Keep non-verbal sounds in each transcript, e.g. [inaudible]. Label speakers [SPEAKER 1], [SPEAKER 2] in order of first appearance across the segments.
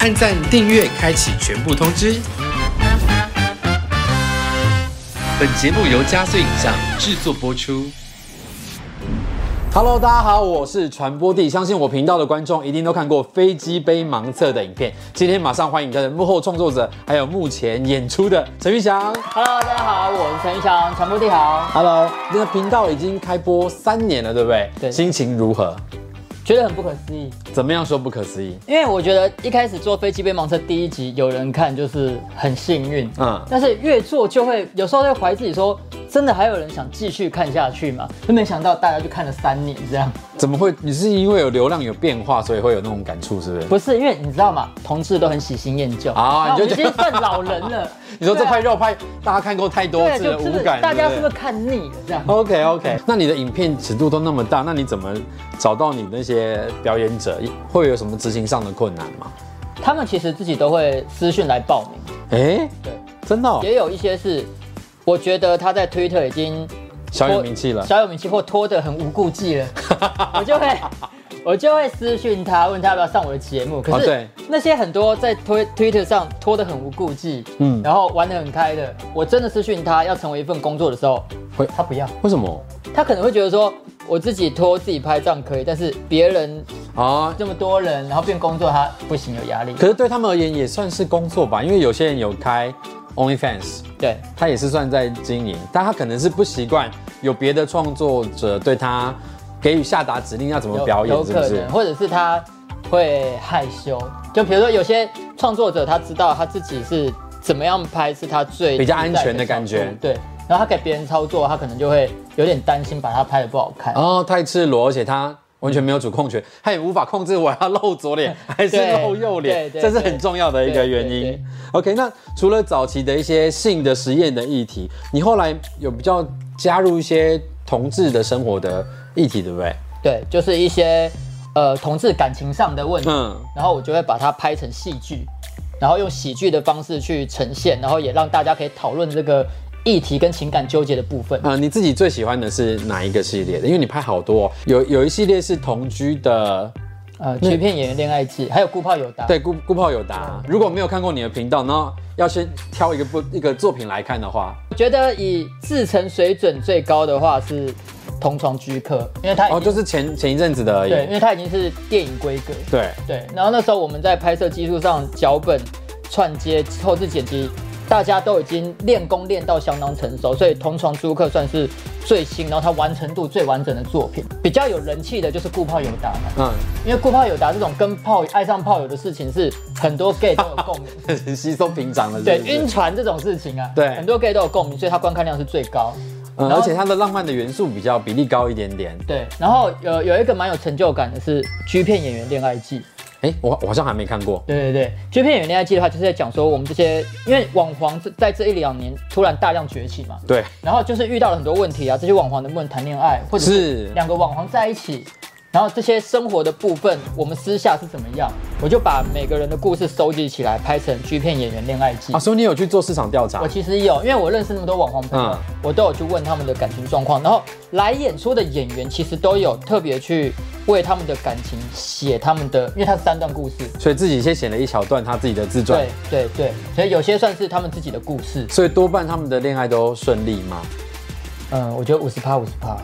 [SPEAKER 1] 按赞、订阅、开启全部通知。本节目由加速影像制作播出。
[SPEAKER 2] Hello，大家好，我是传播帝。相信我频道的观众一定都看过《飞机杯盲测》的影片。今天马上欢迎他的幕后创作者，还有目前演出的陈玉祥。
[SPEAKER 3] Hello，大家好，我是陈玉祥，传播地好，
[SPEAKER 2] Hello，你的频道已经开播三年了，对不对？
[SPEAKER 3] 对
[SPEAKER 2] 心情如何？
[SPEAKER 3] 觉得很不可思议，
[SPEAKER 2] 怎么样说不可思议？
[SPEAKER 3] 因为我觉得一开始做飞机杯盲测第一集有人看就是很幸运，
[SPEAKER 2] 嗯
[SPEAKER 3] 嗯，但是越做就会有时候会怀疑自己说，真的还有人想继续看下去吗？就没想到大家就看了三年这样，
[SPEAKER 2] 怎么会？你是因为有流量有变化，所以会有那种感触，是不是？
[SPEAKER 3] 不是因为你知道吗？同志都很喜新厌旧
[SPEAKER 2] 啊
[SPEAKER 3] 那
[SPEAKER 2] 你就
[SPEAKER 3] 我们已
[SPEAKER 2] 觉得，
[SPEAKER 3] 经算老人了
[SPEAKER 2] [laughs] 你说这
[SPEAKER 3] 对啊
[SPEAKER 2] 块肉块大家看过太多
[SPEAKER 3] 对，啊
[SPEAKER 2] 次了，
[SPEAKER 3] 就
[SPEAKER 2] 无
[SPEAKER 3] 是不是
[SPEAKER 2] 感，
[SPEAKER 3] 大家是不
[SPEAKER 2] 对
[SPEAKER 3] 是看腻了这样？
[SPEAKER 2] OK OK，那你的影片尺度都那么大，那你怎么找到你那些表演者？会有什么执行上的困难吗？
[SPEAKER 3] 他们其实自己都会私讯来报名，
[SPEAKER 2] 哎、
[SPEAKER 3] 对。
[SPEAKER 2] 真的、哦，
[SPEAKER 3] 也有一些是，我觉得他在 Twitter 已经
[SPEAKER 2] 小有
[SPEAKER 3] 拖
[SPEAKER 2] 名气了。
[SPEAKER 3] 小有名气或拖得很无顾忌
[SPEAKER 2] [laughs]
[SPEAKER 3] 了，我就会我就会私讯他，问他要不要上我的节目。可
[SPEAKER 2] 哦对
[SPEAKER 3] 是那些很多在推 Twitter 上拖得很无顾忌，
[SPEAKER 2] 嗯
[SPEAKER 3] 嗯，然后玩得很开的，我真的私讯他要成为一份工作的时候
[SPEAKER 2] 会，
[SPEAKER 3] 他不要，
[SPEAKER 2] 为什么？
[SPEAKER 3] 他可能会觉得说。我自己拖自己拍照可以，但是别人
[SPEAKER 2] 啊，
[SPEAKER 3] 这么多人，然后变工作，他不行，有压力。
[SPEAKER 2] 可是对他们而言也算是工作吧，因为有些人有开 OnlyFans，
[SPEAKER 3] 对，
[SPEAKER 2] 他也是算在经营，但他可能是不习惯有别的创作者对他给予下达指令要怎么
[SPEAKER 3] 有
[SPEAKER 2] 表演，
[SPEAKER 3] 有
[SPEAKER 2] 是不
[SPEAKER 3] 可
[SPEAKER 2] 是
[SPEAKER 3] 能，？或者是他会害羞。就比如说有些创作者，他知道他自己是怎么样拍是他最
[SPEAKER 2] 比较安
[SPEAKER 3] 自在
[SPEAKER 2] 全的感觉
[SPEAKER 3] 角度对。然后他给别人操作，他可能就会有点担心，把他拍的不好看。
[SPEAKER 2] 哦，太赤裸，而且他完全没有主控
[SPEAKER 3] 嗯
[SPEAKER 2] 权，他也无法控制我要露左
[SPEAKER 3] [laughs]
[SPEAKER 2] 脸还是露右脸，
[SPEAKER 3] 对对
[SPEAKER 2] 这是很重要的一个原
[SPEAKER 3] 对对
[SPEAKER 2] 因
[SPEAKER 3] 对。
[SPEAKER 2] OK，那除了早期的一些性的实验的议题，你后来有比较加入一些同志的生活的议题，对不对？
[SPEAKER 3] 对，就是一些呃同志感情上的问题，
[SPEAKER 2] 嗯
[SPEAKER 3] 然后我就会把它拍成戏剧，然后用喜剧的方式去呈现，然后也让大家可以讨论这个议题跟情感纠结的部分。
[SPEAKER 2] 呃，你自己最喜欢的是哪一个系列的？因为你拍好多、哦，有有一系列是同居的，
[SPEAKER 3] 呃，欺骗演员恋爱记，还有顾泡友达。
[SPEAKER 2] 对，顾顾炮有答。如果没有看过你的频道，然后要先挑一个不一个作品来看的话，
[SPEAKER 3] 我觉得以制成水准最高的话是同床居客，因为它已经、
[SPEAKER 2] 哦，就是前前一阵子的而已。
[SPEAKER 3] 对，因为它已经是电影规格。
[SPEAKER 2] 对
[SPEAKER 3] 对，然后那时候我们在拍摄技术上，脚本、串接、后置剪辑，大家都已经练功练到相当成熟，所以同床租客算是最新，然后它完成度最完整的作品。比较有人气的就是顾泡友达嘛，
[SPEAKER 2] 嗯。 [laughs]
[SPEAKER 3] 因为顾泡友达这种跟炮爱上炮友的事情是很多 gay 都有共鸣。
[SPEAKER 2] 很稀松平常的，
[SPEAKER 3] 对，
[SPEAKER 2] 是不是
[SPEAKER 3] 晕船这种事情啊，
[SPEAKER 2] 对
[SPEAKER 3] 很多 gay 都有共鸣，所以它观看量是最高。
[SPEAKER 2] 嗯，
[SPEAKER 3] 然
[SPEAKER 2] 而
[SPEAKER 3] 后
[SPEAKER 2] 且它的浪漫的元素比较比例高一点点。
[SPEAKER 3] 对，然后有有一个蛮有成就感的是《G 片演员恋爱记》。
[SPEAKER 2] 哎，我我好像还没看过。
[SPEAKER 3] 对对对，《G 片演员恋爱记》的话，就是在讲说我们这些，因为网黄这在这一两年突然大量崛起嘛，
[SPEAKER 2] 对，
[SPEAKER 3] 然后就是遇到了很多问题啊，这些网黄能不能谈恋爱，或者
[SPEAKER 2] 是
[SPEAKER 3] 是两个网黄在一起，然后这些生活的部分，我们私下是怎么样，我就把每个人的故事收集起来，拍成《G 片演员恋爱记》
[SPEAKER 2] 啊，所以你有去做市场调查
[SPEAKER 3] 我？其实有，因为我认识那么多网红朋友，
[SPEAKER 2] 嗯
[SPEAKER 3] 我都有去问他们的感情状况，然后来演出的演员其实都有特别去为他们的感情写他们的，因为它是三段故事，
[SPEAKER 2] 所以自己先写了一小段他自己的自传
[SPEAKER 3] 对。对对，所以有些算是他们自己的故事。
[SPEAKER 2] 所以多半他们的恋爱都顺利嘛，
[SPEAKER 3] 嗯，我觉得五十趴五十趴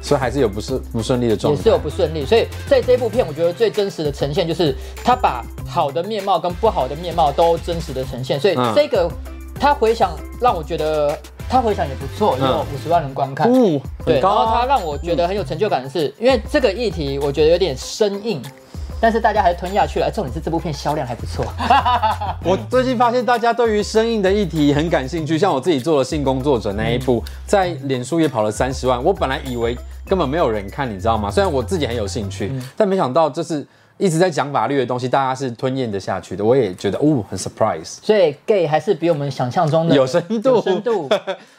[SPEAKER 2] 所以还是有不是不顺利的状
[SPEAKER 3] 也
[SPEAKER 2] 态。
[SPEAKER 3] 是有不顺利，所以在这部片，我觉得最真实的呈现就是他把好的面貌跟不好的面貌都真实的呈现，所以
[SPEAKER 2] 嗯
[SPEAKER 3] 这个他回想让我觉得他回想也不错，也有
[SPEAKER 2] 嗯
[SPEAKER 3] 五十万人观看。
[SPEAKER 2] 哦，很
[SPEAKER 3] 对，然
[SPEAKER 2] 高
[SPEAKER 3] 后它
[SPEAKER 2] 啊。嗯
[SPEAKER 3] 让我觉得很有成就感的是，因为这个议题我觉得有点生硬，但是大家还是吞下去了。哎重点是这部片销量还不错， [laughs]
[SPEAKER 2] 我最近发现大家对于生硬的议题很感兴趣，像我自己做了性工作者那一部，
[SPEAKER 3] 嗯
[SPEAKER 2] 在脸书也跑了三十万。我本来以为根本没有人看，你知道吗？虽然我自己很有兴趣，
[SPEAKER 3] 嗯
[SPEAKER 2] 但没想到就是一直在讲法律的东西，大家是吞咽得下去的。我也觉得哦，很 surprise。
[SPEAKER 3] 所以 gay 还是比我们想象中的
[SPEAKER 2] 有深度
[SPEAKER 3] 有深
[SPEAKER 2] [laughs]
[SPEAKER 3] 度。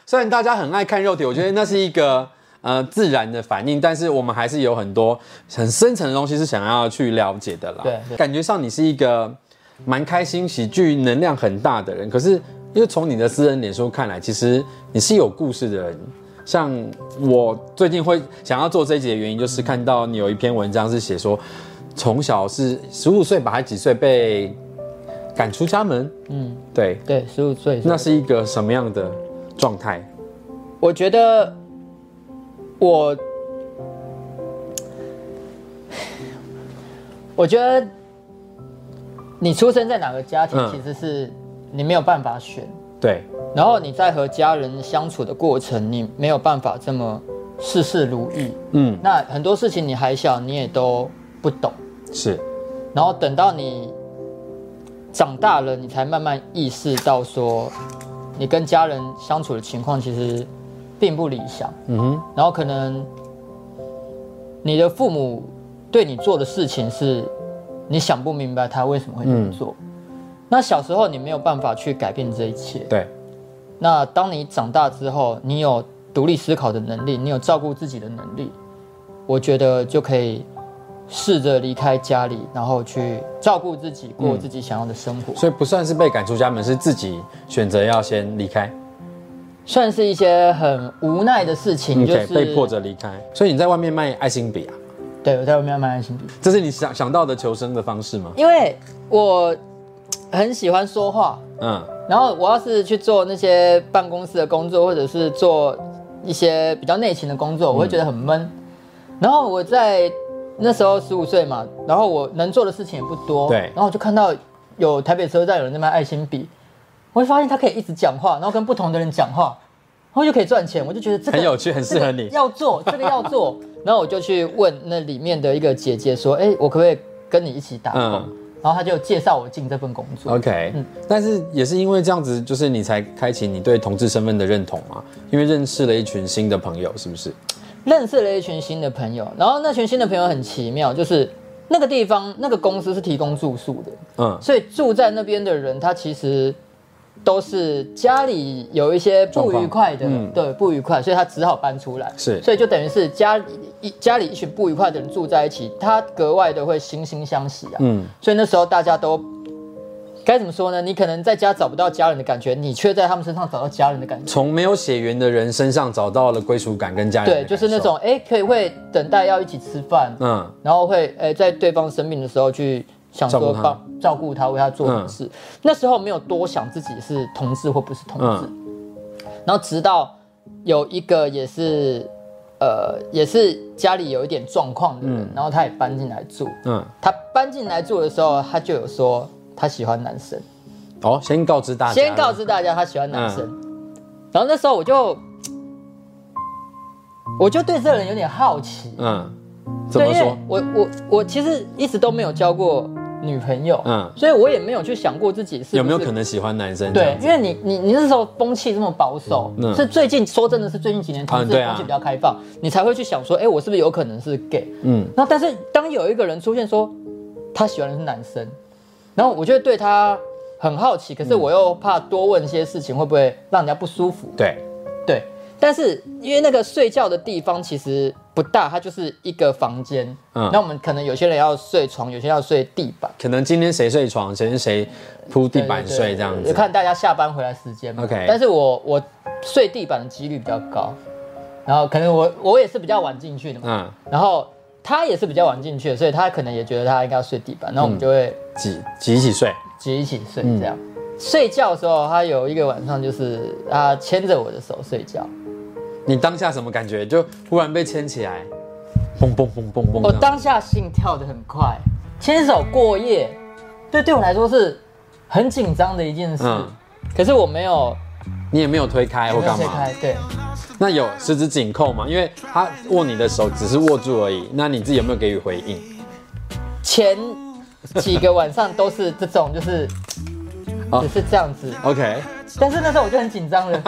[SPEAKER 2] 虽然大家很爱看肉体，我觉得那是一个呃自然的反应，但是我们还是有很多很深层的东西是想要去了解的啦。
[SPEAKER 3] 对对
[SPEAKER 2] 感觉上你是一个蛮开心、喜剧能量很大的人，可是因为从你的私人脸书看来，其实你是有故事的人。像我最近会想要做这一集的原因，就是看到你有一篇文章是写说，从小是十五岁吧，还几岁被赶出家门，
[SPEAKER 3] 嗯，
[SPEAKER 2] 对，
[SPEAKER 3] 对，十五岁的时候，
[SPEAKER 2] 那是一个什么样的状态？
[SPEAKER 3] 我觉得我，我觉得你出生在哪个家庭
[SPEAKER 2] 嗯，
[SPEAKER 3] 其实是你没有办法选。
[SPEAKER 2] 对，
[SPEAKER 3] 然后你在和家人相处的过程，你没有办法这么事事如意。
[SPEAKER 2] 嗯，
[SPEAKER 3] 那很多事情你还小，你也都不懂。
[SPEAKER 2] 是，
[SPEAKER 3] 然后等到你长大了，你才慢慢意识到说，你跟家人相处的情况其实并不理想。
[SPEAKER 2] 嗯哼，
[SPEAKER 3] 然后可能你的父母对你做的事情是你想不明白他为什么会这么做。那小时候你没有办法去改变这一切。
[SPEAKER 2] 对，
[SPEAKER 3] 那当你长大之后，你有独立思考的能力，你有照顾自己的能力，我觉得就可以试着离开家里，然后去照顾自己，过自己想要的生活。
[SPEAKER 2] 所以不算是被赶出家门，是自己选择要先离开
[SPEAKER 3] 算是一些很无奈的事情，就
[SPEAKER 2] ，OK，
[SPEAKER 3] 是
[SPEAKER 2] 嗯被迫。着离开。所以你在外面卖爱心笔啊，
[SPEAKER 3] 对，我在外面卖爱心笔，
[SPEAKER 2] 这是你想想到的求生的方式吗？
[SPEAKER 3] 因为我很喜欢说话，
[SPEAKER 2] 嗯，
[SPEAKER 3] 然后我要是去做那些办公室的工作，或者是做一些比较内勤的工
[SPEAKER 2] 嗯
[SPEAKER 3] 作，我会觉得很闷。然后我在那时候十五岁嘛，然后我能做的事情也不多，
[SPEAKER 2] 对
[SPEAKER 3] 然后我就看到有台北车站有人在卖爱心笔，我就发现他可以一直讲话，然后跟不同的人讲话，然后就可以赚钱。我就觉得这个
[SPEAKER 2] 很有趣很适合你
[SPEAKER 3] 这个要做这个要做。然后我就去问那里面的一个姐姐说：“哎，我可不可以跟你一起打工？”
[SPEAKER 2] 嗯
[SPEAKER 3] 然后她就介绍我进这份工作。
[SPEAKER 2] OK，、但是也是因为这样子，就是你才开启你对同志身份的认同嘛，因为认识了一群新的朋友，是不是？
[SPEAKER 3] 认识了一群新的朋友，然后那群新的朋友很奇妙，就是那个地方那个公司是提供住宿的，
[SPEAKER 2] 嗯，
[SPEAKER 3] 所以住在那边的人，他其实都是家里有一些不愉快的，
[SPEAKER 2] 状况嗯
[SPEAKER 3] 对不愉快，所以他只好搬出来。
[SPEAKER 2] 是
[SPEAKER 3] 所以就等于是家里一家里一群不愉快的人住在一起，他格外的会惺惺相惜啊。
[SPEAKER 2] 嗯，
[SPEAKER 3] 所以那时候大家都该怎么说呢？你可能在家找不到家人的感觉，你却在他们身上找到家人的感觉。
[SPEAKER 2] 从没有血缘的人身上找到了归属感跟家人。
[SPEAKER 3] 对，就是那种，哎、可以会等待要一起吃饭，
[SPEAKER 2] 嗯，
[SPEAKER 3] 然后会诶、在对方生病的时候去想
[SPEAKER 2] 照顾
[SPEAKER 3] 说
[SPEAKER 2] 他嗯
[SPEAKER 3] 帮照顾他，为他做什么事。那时候没有多想自己是同志或不是同志，
[SPEAKER 2] 嗯
[SPEAKER 3] 然后直到有一个也是呃也是家里有一点状况的人，然后他也搬进来住。
[SPEAKER 2] 嗯，
[SPEAKER 3] 他搬进来住的时候，他就有说他喜欢男生，
[SPEAKER 2] 哦，先告知大家，嗯
[SPEAKER 3] 先告知大家他喜欢男生。然后那时候我就我就对这个人有点好奇，
[SPEAKER 2] 嗯，怎么
[SPEAKER 3] 对因为
[SPEAKER 2] 说？
[SPEAKER 3] 我我我其实一直都没有交过女朋友，
[SPEAKER 2] 嗯
[SPEAKER 3] 嗯，所以我也没有去想过自己是不是
[SPEAKER 2] 有没有可。能喜欢男生？
[SPEAKER 3] 对，因为你你你那时候风气这么保守，
[SPEAKER 2] 嗯
[SPEAKER 3] 是最近说真的是最近几年同
[SPEAKER 2] 嗯
[SPEAKER 3] 志
[SPEAKER 2] 对
[SPEAKER 3] 的
[SPEAKER 2] 啊
[SPEAKER 3] 风气比较开放，你才会去想说，哎、我是不是有可能是 gay？
[SPEAKER 2] 嗯，
[SPEAKER 3] 那但是当有一个人出现说他喜欢的是男生，然后我就会对他很好奇，
[SPEAKER 2] 嗯
[SPEAKER 3] 可是我又怕多问些事情会不会让人家不舒服，
[SPEAKER 2] 对，
[SPEAKER 3] 对，但是因为那个睡觉的地方其实不大，它就是一个房间。
[SPEAKER 2] 嗯
[SPEAKER 3] 那我们可能有些人要睡床，有些人要睡地板，
[SPEAKER 2] 可能今天谁睡床，谁谁铺地板
[SPEAKER 3] 对对对
[SPEAKER 2] 睡这样子。
[SPEAKER 3] 就看大家下班回来时间嘛。
[SPEAKER 2] OK
[SPEAKER 3] 但是我我睡地板的几率比较高，然后可能我我也是比较晚进去的嘛，
[SPEAKER 2] 嗯，
[SPEAKER 3] 然后他也是比较晚进去的，所以他可能也觉得他应该要睡地
[SPEAKER 2] 嗯
[SPEAKER 3] 板，那我们就会
[SPEAKER 2] 几几起睡？
[SPEAKER 3] 挤一起睡这样。
[SPEAKER 2] 嗯
[SPEAKER 3] 睡觉的时候，他有一个晚上就是他牵着我的手睡觉，
[SPEAKER 2] 你当下什么感觉？就忽然被牵起来，嘣嘣嘣嘣嘣。
[SPEAKER 3] 我哦当下心跳得很快，牵手过夜，对对我来说是很紧张的一件事。
[SPEAKER 2] 嗯
[SPEAKER 3] 可是我没有
[SPEAKER 2] 你也没有推开或
[SPEAKER 3] 没有
[SPEAKER 2] 干
[SPEAKER 3] 推
[SPEAKER 2] 嘛
[SPEAKER 3] 开，？对，
[SPEAKER 2] 那有十指紧扣吗？因为他握你的手只是握住而已，那你自己有没有给予回应？
[SPEAKER 3] 前几个晚上都是这种，就是
[SPEAKER 2] 哦
[SPEAKER 3] 只是这样子。
[SPEAKER 2] OK，
[SPEAKER 3] 但是那时候我就很紧张
[SPEAKER 2] [laughs]
[SPEAKER 3] 了，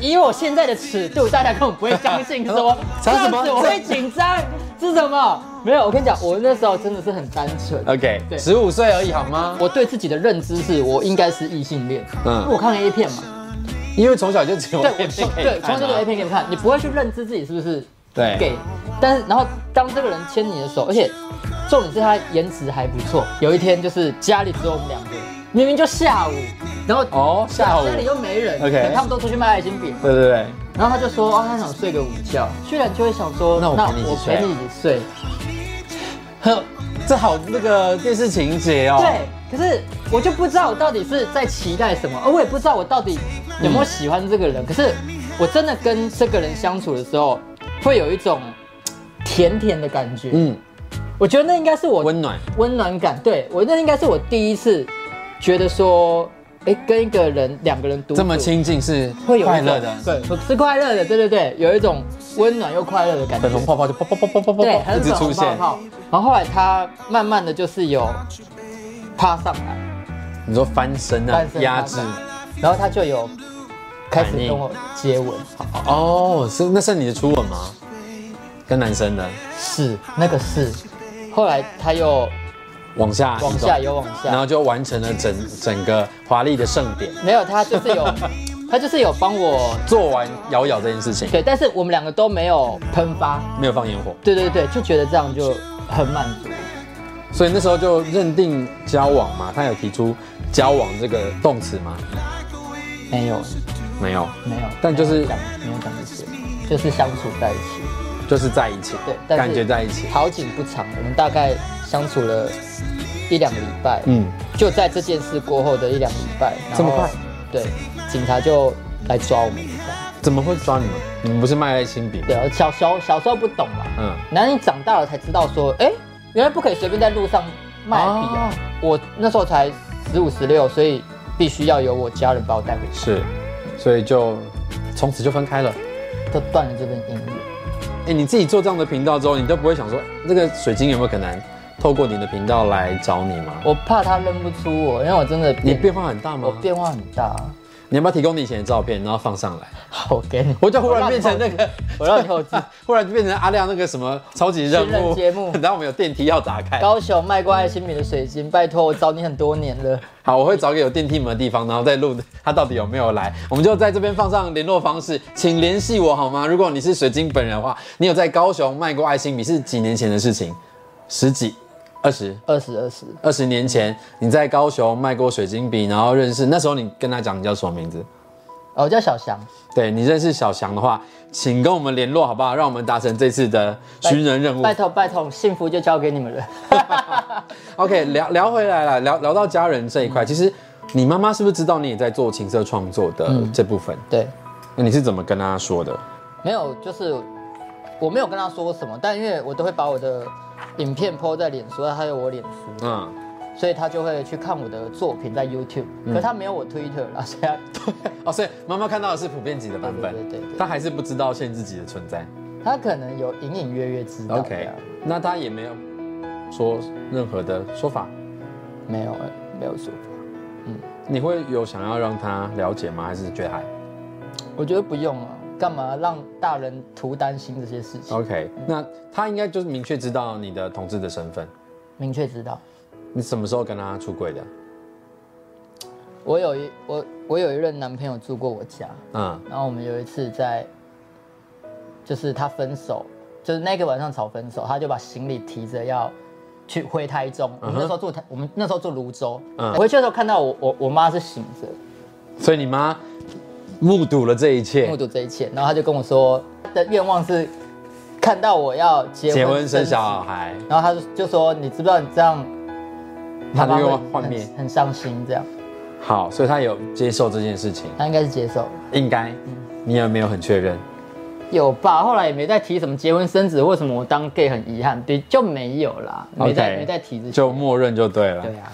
[SPEAKER 3] 以我现在的尺度，大家根本不会相信说这
[SPEAKER 2] 讲什
[SPEAKER 3] 样
[SPEAKER 2] 么
[SPEAKER 3] 子我会紧张，是什么？没有，我跟你讲，我那时候真的是很单纯。
[SPEAKER 2] OK，
[SPEAKER 3] 对
[SPEAKER 2] 十五岁而已好吗？
[SPEAKER 3] 我对自己的认知是我应该是异性恋，
[SPEAKER 2] 嗯
[SPEAKER 3] 嗯，因为我看了 A 片嘛，
[SPEAKER 2] 因为从小就只有
[SPEAKER 3] 对，
[SPEAKER 2] A
[SPEAKER 3] 我
[SPEAKER 2] 片
[SPEAKER 3] 从
[SPEAKER 2] 可以
[SPEAKER 3] 对
[SPEAKER 2] 看
[SPEAKER 3] 从这个
[SPEAKER 2] 啊哎
[SPEAKER 3] A 片给你看，你不会去认知自己是不是
[SPEAKER 2] 对
[SPEAKER 3] gay，但是然后当这个人牵你的手，而且重点是他颜值还不错。有一天就是家里只有我们两个人，明明就下午，然后
[SPEAKER 2] 哦下午
[SPEAKER 3] 家里又没人
[SPEAKER 2] OK
[SPEAKER 3] 可能他们都出去卖爱心饼，
[SPEAKER 2] 对对对，
[SPEAKER 3] 然后他就说哦，他想睡个午觉，居然就会想说
[SPEAKER 2] 那我陪你一起
[SPEAKER 3] 陪
[SPEAKER 2] 睡
[SPEAKER 3] 你一起睡，呵
[SPEAKER 2] 这好那个电视情节哦。
[SPEAKER 3] 对，可是我就不知道我到底是在期待什么，而我也不知道我到底有没有喜欢这个人。可是我真的跟这个人相处的时候，会有一种嘖甜甜的感觉。
[SPEAKER 2] 嗯，
[SPEAKER 3] 我觉得那应该是我
[SPEAKER 2] 温暖，
[SPEAKER 3] 温暖感，对我那应该是我第一次觉得说，哎、跟一个人两个人独处
[SPEAKER 2] 这么亲近是
[SPEAKER 3] 会有一
[SPEAKER 2] 快
[SPEAKER 3] 种
[SPEAKER 2] 乐的，
[SPEAKER 3] 对，我是快乐的，对对对，有一种温暖又快乐的感觉
[SPEAKER 2] 粉。红泡泡就泡泡泡泡泡
[SPEAKER 3] 对，
[SPEAKER 2] 泡
[SPEAKER 3] 很
[SPEAKER 2] 一直
[SPEAKER 3] 粉
[SPEAKER 2] 出
[SPEAKER 3] 红泡
[SPEAKER 2] 现。
[SPEAKER 3] 泡。然后后来他慢慢的就是有趴上来，
[SPEAKER 2] 你说翻身啊
[SPEAKER 3] 翻，身
[SPEAKER 2] 压制
[SPEAKER 3] 翻然后他就有开始
[SPEAKER 2] 反应
[SPEAKER 3] 跟我接吻。
[SPEAKER 2] 哦，是那是你的初吻吗？跟男生的
[SPEAKER 3] 是那个是，后来他又
[SPEAKER 2] 往下移动
[SPEAKER 3] 往下，又往
[SPEAKER 2] 然
[SPEAKER 3] 下，
[SPEAKER 2] 后就完成了整整个华丽的盛典。
[SPEAKER 3] 没有他就是
[SPEAKER 2] [laughs]
[SPEAKER 3] 有他就是有帮我
[SPEAKER 2] 做完瑶瑶这件事情，
[SPEAKER 3] 对，但是我们两个都没有喷发。
[SPEAKER 2] 没有放烟火，
[SPEAKER 3] 对对对，就觉得这样就很满足。
[SPEAKER 2] 所以那时候就认定交往嘛。他有提出交往这个动词吗？
[SPEAKER 3] 没有
[SPEAKER 2] 没有，
[SPEAKER 3] 没有，
[SPEAKER 2] 但就是
[SPEAKER 3] 没有讲没有讲这些，就是相处在一起。
[SPEAKER 2] 就是在一起，
[SPEAKER 3] 对，但是
[SPEAKER 2] 感觉在一起。
[SPEAKER 3] 好景不长，我们大概相处了一两个礼拜，嗯，
[SPEAKER 2] 嗯，
[SPEAKER 3] 就在这件事过后的一两个礼拜，然后
[SPEAKER 2] 这么快？
[SPEAKER 3] 对，警察就来抓我们一下。
[SPEAKER 2] 怎么会抓你们？你们不是卖爱心笔？
[SPEAKER 3] 对，小小小时候不懂嘛，
[SPEAKER 2] 嗯，
[SPEAKER 3] 然后你长大了才知道说，哎，原来不可以随便在路上卖笔
[SPEAKER 2] 哦
[SPEAKER 3] 啊。我那时候才十五十六，所以必须要有我家人把我带回去，
[SPEAKER 2] 是，所以就从此就分开了。
[SPEAKER 3] 就断了这份姻缘。
[SPEAKER 2] 哎、你自己做这样的频道之后，你都不会想说那个水晶有没有可能透过你的频道来找你吗？
[SPEAKER 3] 我怕他认不出我，因为我真的
[SPEAKER 2] 你变化很大
[SPEAKER 3] 我
[SPEAKER 2] 吗？
[SPEAKER 3] 变化很大。啊
[SPEAKER 2] 你要不要提供你以前的照片，然后放上来？
[SPEAKER 3] 好，我给你，
[SPEAKER 2] 我就忽然变成那 [laughs] 个，
[SPEAKER 3] 我让你后置。
[SPEAKER 2] 忽然就变成阿亮那个什么超级任务
[SPEAKER 3] 新人节目
[SPEAKER 2] [laughs] 然后我们有电梯要打开。
[SPEAKER 3] 高雄卖过爱心笔的水晶，拜托我找你很多年了。
[SPEAKER 2] 好，我会找个有电梯门的地方，然后再录他到底有没有来。我们就在这边放上联络方式，请联系我好吗？如果你是水晶本人的话，你有在高雄卖过爱心笔是几年前的事情，十几、二十、
[SPEAKER 3] 二十二十，
[SPEAKER 2] 二十年前，你在高雄卖过水晶笔，然后认识那时候你跟他讲你叫什么名字？
[SPEAKER 3] 哦，我叫小翔，
[SPEAKER 2] 对你认识小翔的话，请跟我们联络好不好？让我们达成这次的寻人任务。
[SPEAKER 3] 拜托拜托，幸福就交给你们了。
[SPEAKER 2] OK，聊聊回来了，聊聊到家人这一块，其实你妈妈是不是知道你也在做情色创作的
[SPEAKER 3] 嗯
[SPEAKER 2] 这部分？
[SPEAKER 3] 对，
[SPEAKER 2] 那你是怎么跟她说的？
[SPEAKER 3] 没有，就是我没有跟他说什么，但因为我都会把我的影片 PO 在脸书，还有我脸书，
[SPEAKER 2] 嗯，
[SPEAKER 3] 所以他就会去看我的作品在 YouTube，可他没有我 Twitter 啦，所以他
[SPEAKER 2] [laughs] 哦，所以妈妈看到的是普遍级的版本，
[SPEAKER 3] 对对对对
[SPEAKER 2] 她还是不知道限制级的存在。
[SPEAKER 3] 他可能有隐隐约约知道。啊
[SPEAKER 2] OK，那她也没有说任何的说法。
[SPEAKER 3] 没有没有说。
[SPEAKER 2] 你会有想要让她了解吗？还是觉得还
[SPEAKER 3] 我觉得不用啊，干嘛让大人徒担心这些事情？
[SPEAKER 2] OK？那她应该就是明确知道你的同志的身份。
[SPEAKER 3] 明确知道，
[SPEAKER 2] 你什么时候跟她出柜的？
[SPEAKER 3] 我有一我我有一任男朋友住过我家，
[SPEAKER 2] 嗯，
[SPEAKER 3] 然后我们有一次在，就是他分手，就是那个晚上吵分手，他就把行李提着要去回台中，我们那时候住台，我们那时候住泸州，
[SPEAKER 2] 嗯
[SPEAKER 3] 回去的时候看到我我我妈是醒着，
[SPEAKER 2] 所以你妈目睹了这一切，
[SPEAKER 3] 目睹这一切，然后他就跟我说，他的愿望是看到我要结婚
[SPEAKER 2] 结婚生
[SPEAKER 3] 子
[SPEAKER 2] 小孩。
[SPEAKER 3] 然后他就就说：“你知不知道你这样，
[SPEAKER 2] 他
[SPEAKER 3] 妈
[SPEAKER 2] 就
[SPEAKER 3] 妈
[SPEAKER 2] 又
[SPEAKER 3] 会
[SPEAKER 2] 幻
[SPEAKER 3] 很
[SPEAKER 2] 灭。
[SPEAKER 3] 很伤心。”这样，
[SPEAKER 2] 好，所以他有接受这件事情，
[SPEAKER 3] 他应该是接受了。
[SPEAKER 2] 应该。你有没有很确认？
[SPEAKER 3] 有吧？后来也没再提什么结婚生子或什么，我当 gay 很遗憾，对，就没有啦，没再
[SPEAKER 2] OK
[SPEAKER 3] 没再提这些。
[SPEAKER 2] 就默认就对了。
[SPEAKER 3] 对啊，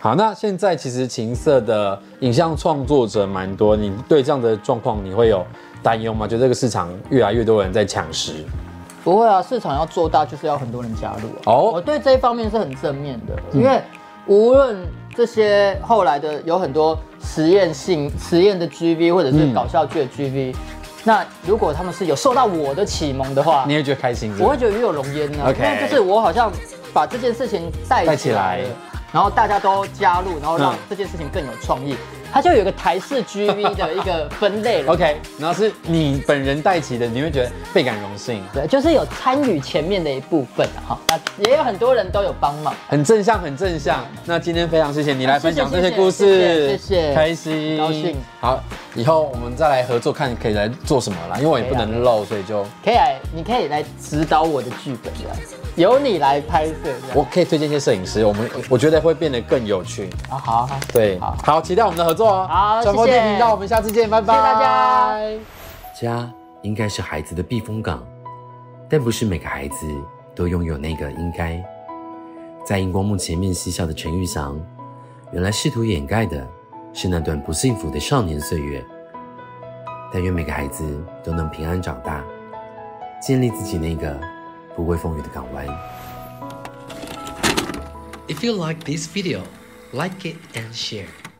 [SPEAKER 2] 好，那现在其实情色的影像创作者蛮多，你对这样的状况你会有担忧吗？就这个市场越来越多人在抢食，
[SPEAKER 3] 不会啊，市场要做大就是要很多人加入、啊。
[SPEAKER 2] 哦嗯
[SPEAKER 3] 我对这一方面是很正面的，因为无论这些后来的有很多实验性实验的 GV 或者是
[SPEAKER 2] 嗯
[SPEAKER 3] 搞笑剧的 GV，、那如果他们是有受到我的启蒙的话，
[SPEAKER 2] 你会觉得开心是不是
[SPEAKER 3] 我会觉得鱼有龙烟呢、
[SPEAKER 2] OK
[SPEAKER 3] 因为就是我好像把这件事情带
[SPEAKER 2] 带
[SPEAKER 3] 起
[SPEAKER 2] 起
[SPEAKER 3] 来
[SPEAKER 2] 来
[SPEAKER 3] 了，然后大家都加入，然后让
[SPEAKER 2] 嗯
[SPEAKER 3] 这件事情更有创意。它就有一个台式 GV 的一个分类了。
[SPEAKER 2] OK，然后是你本人带起的，你会觉得倍感荣幸，
[SPEAKER 3] 对，就是有参与前面的一部分啊哈，那也有很多人都有帮忙。
[SPEAKER 2] 很正向，很正向。那今天非常谢谢你来分享
[SPEAKER 3] 谢
[SPEAKER 2] 这
[SPEAKER 3] 谢
[SPEAKER 2] 些故
[SPEAKER 3] 谢谢
[SPEAKER 2] 事，
[SPEAKER 3] 谢谢
[SPEAKER 2] 开心，
[SPEAKER 3] 高兴。
[SPEAKER 2] 好，以后我们再来合作，看可以来做什么啦，因为我也不能漏，所以就
[SPEAKER 3] 可以来，你可以来指导我的剧本这样子。由你来拍摄。这样
[SPEAKER 2] 我可以推荐一些摄影师，我们我觉得会变得更有趣。
[SPEAKER 3] 啊，好，好
[SPEAKER 2] 对，
[SPEAKER 3] 好
[SPEAKER 2] 好，期待我们的合作哦。
[SPEAKER 3] 好
[SPEAKER 2] 传播
[SPEAKER 3] 谢谢
[SPEAKER 2] 电频道，我们下次见，拜拜，
[SPEAKER 3] 谢谢大家。
[SPEAKER 4] 家应该是孩子的避风港，但不是每个孩子都拥有那个应该。在荧光幕前面嬉笑的陈玉祥，原来试图掩盖的是那段不幸福的少年岁月。但愿每个孩子都能平安长大，建立自己那个不畏风雨的港湾。
[SPEAKER 1] If you like this video, like it and share.